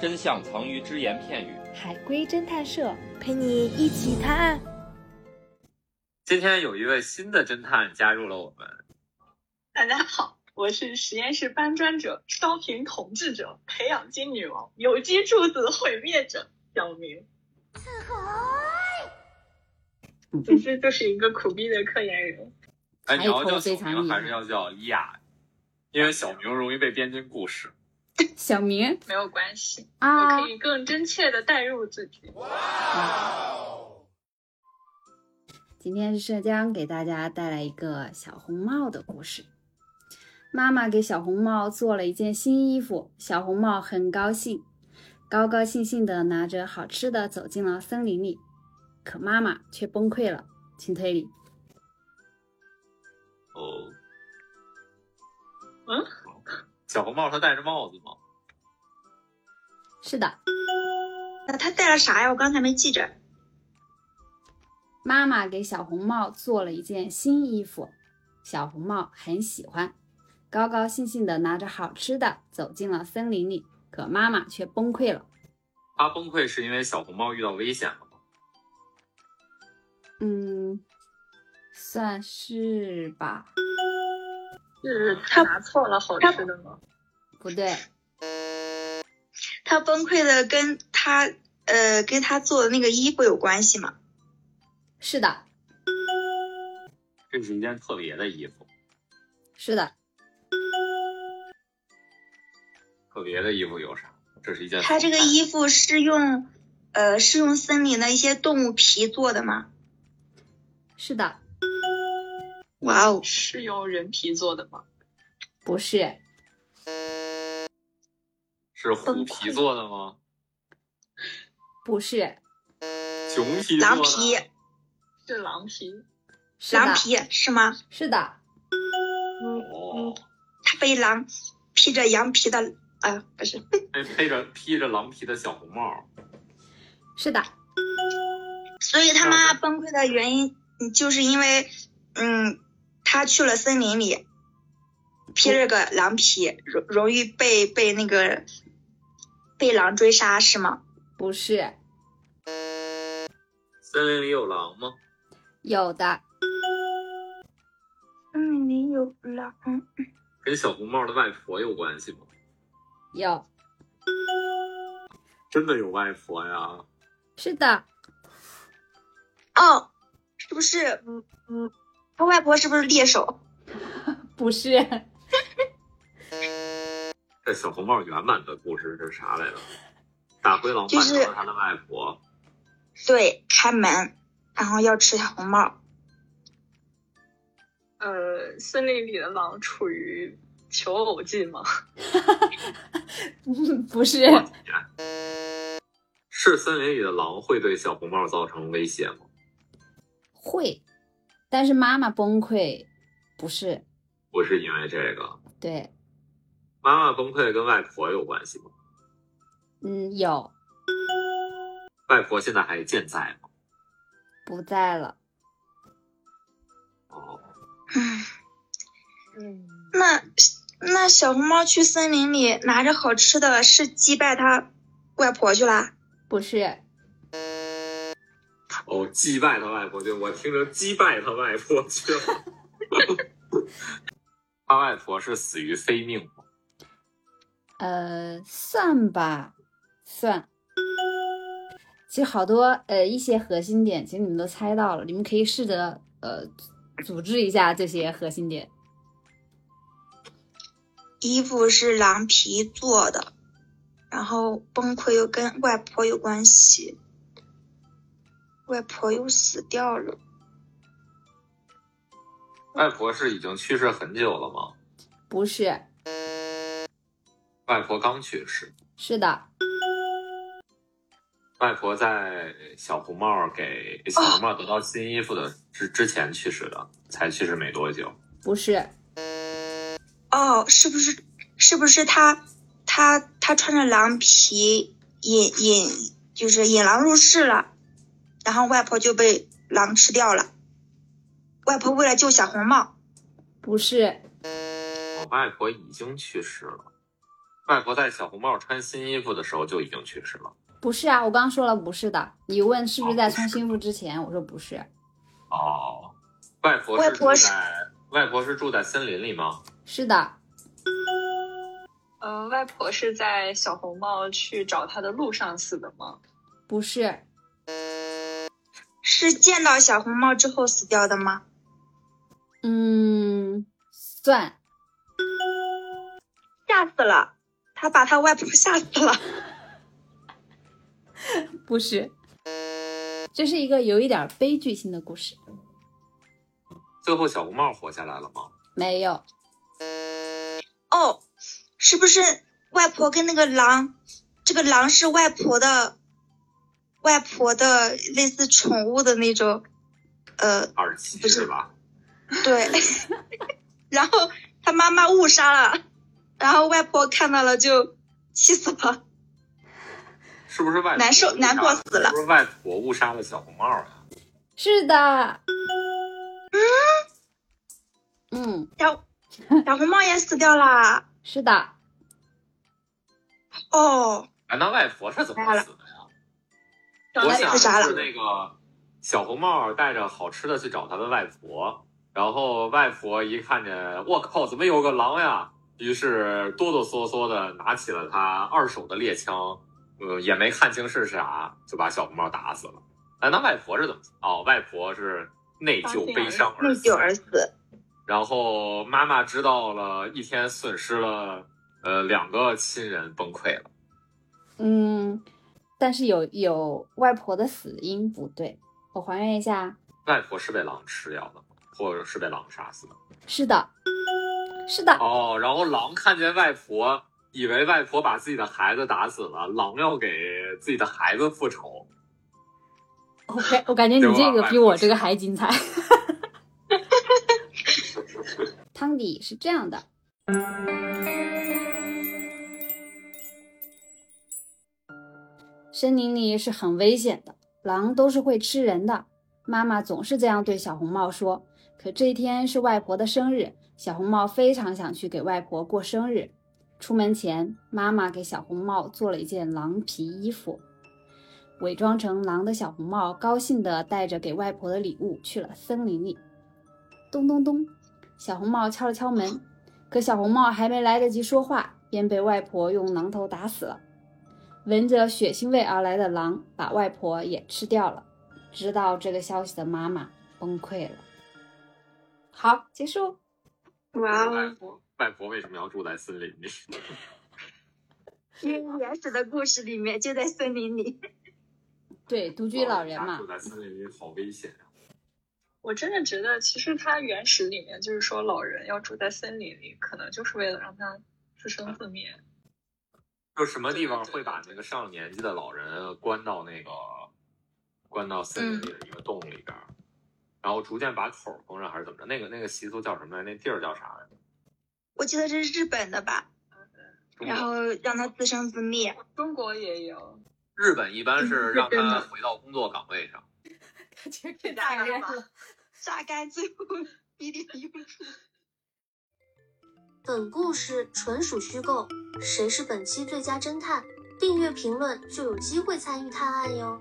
真相藏于只言片语。海龟侦探社陪你一起探案。今天有一位新的侦探加入了我们。大家好，我是实验室搬砖者、烧瓶统治者、培养基女王、有机柱子毁灭者小明。总之就是一个苦逼的科研人。哎，你要抬头叫非小常明厉害还是要叫亚？因为小明容易被编进故事。小明没有关系，我啊可，以更真切的代入自己。今天是社江给大家带来一个小红帽的故事。妈妈给小红帽做了一件新衣服，小红帽很高兴，高高兴兴的拿着好吃的走进了森林里。可妈妈却崩溃了，请推理。哦，嗯，小红帽他戴着帽子吗？是的，那他带了啥呀？我刚才没记着。妈妈给小红帽做了一件新衣服，小红帽很喜欢，高高兴兴的拿着好吃的走进了森林里。可妈妈却崩溃了。他崩溃是因为小红帽遇到危险了吗？嗯，算是吧。是他拿错了好吃的吗？不对，他崩溃的跟他呃跟他做的那个衣服有关系吗？是的，这是一件特别的衣服，是的，特别的衣服有啥？这是一件他这个衣服是用呃是用森林的一些动物皮做的吗？是的，哇哦，是用人皮做的吗？不是，是虎皮做的吗？不是，熊皮做的？狼皮，是狼皮。是的狼，皮是吗？是的，哦，他被狼披着羊皮的，哎、呀，不 是，配配着披着狼皮的小红帽，是的，所以他妈崩溃的原因嗯就是因为嗯他去了森林里，披着个狼皮，容容易被被那个被狼追杀是吗？不是，森林里有狼吗？有的，嗯，你有狼，跟小红帽的外婆有关系吗？有，真的有外婆呀？是的，哦，是不是？嗯嗯，他外婆是不是猎手？不是， 这小红帽原版的故事是啥来着？大灰狼就扮是成了他的外婆，对，开门，然后要吃小红帽。呃，森林里的狼处于求偶季吗？不是，过几年。是森林里的狼会对小红帽造成威胁吗？会，但是妈妈崩溃，不是，不是因为这个，对，妈妈崩溃跟外婆有关系吗？嗯，有，外婆现在还健在吗？不在了，哦，嗯，嗯，那那小红帽去森林里拿着好吃的，是击败他外婆去啦？不是，哦，击败他外婆去，我听着击败他外婆去了。 他外婆是死于非命吗？呃，算吧，算。其实好多呃一些核心点，其实你们都猜到了，你们可以试着呃组织一下这些核心点。衣服是狼皮做的，然后崩溃又跟外婆有关系，外婆又死掉了。外婆是已经去世很久了吗？不是，外婆刚去世，是的，外婆在小红帽给小红帽得到新衣服的之之前去世的，才去世没多久。不是，哦，是不是是不是他他他穿着狼皮引引就是引狼入室了，然后外婆就被狼吃掉了。外婆为了救小红帽，不是，我外婆已经去世了，外婆在小红帽穿新衣服的时候就已经去世了。不是啊，我刚说了不是的。你问是不是在哦不是穿新服之前，我说不是，哦，外婆外是婆住是在外婆是住在森林里吗？是的，呃，外婆是在小红帽去找她的路上死的吗？不是，是见到小红帽之后死掉的吗？嗯，算吓死了，他把他外婆 吓死了。不是。这是一个有一点悲剧性的故事，最后小红帽活下来了吗？没有，哦，是不是外婆跟那个狼？这个狼是外婆的，外婆的类似宠物的那种，呃，二七不是是吧？对。 然后他妈妈误杀了，然后外婆看到了就气死了。是不是外婆难受误杀难过死了是不是外婆误杀了小红帽呀、是的，嗯，小小红帽也死掉啦。是的，哦，难道外婆是怎么死的呀？当我然想自杀了是那个小红帽带着好吃的去找他的外婆，然后外婆一看见，我靠，怎么有个狼呀？于是哆哆嗦嗦的拿起了他二手的猎枪，呃，也没看清是啥，就把小红帽打死了。难道外婆是怎么死？哦，外婆是内疚悲伤内而死疚。而死。然后妈妈知道了，一天损失了呃两个亲人，崩溃了。嗯，但是有有外婆的死因不对，我还原一下，外婆是被狼吃掉的吗，或者是被狼杀死的？是的，是 的，哦，然后狼看见外婆，以为外婆把自己的孩子打死了，狼要给自己的孩子复仇。我感我感觉你这个比我这个还精彩。汤底是这样的：森林里是很危险的，狼都是会吃人的。妈妈总是这样对小红帽说。可这一天是外婆的生日，小红帽非常想去给外婆过生日。出门前，妈妈给小红帽做了一件狼皮衣服。伪装成狼的小红帽高兴地带着给外婆的礼物去了森林里。咚咚咚，小红帽敲了敲门，可小红帽还没来得及说话，便被外婆用榔头打死了。闻着血腥味而来的狼把外婆也吃掉了。知道这个消息的妈妈崩溃了。好，结束。哇外哦！婆，外婆为什么要住在森林里？因为原始的故事里面就在森林里。对，独居老人 嘛住，在森林里好危险啊呀、我真的觉得，其实它原始里面就是说，老人要住在森林里，可能就是为了让他自生自灭。就什么地方会把那个上了年纪的老人关到那个关到森林里的一个洞里边儿，然后逐渐把口儿封上，还是怎么着？那个那个习俗叫什么来？那地儿叫啥来着？我记得这是日本的吧，中然国后让他自生自灭。中国也有，日本一般是让他回到工作岗位上。感觉被大人人嘛。榨干最后一点用处。本故事纯属虚构，谁是本期最佳侦探？订阅评论就有机会参与探案哟。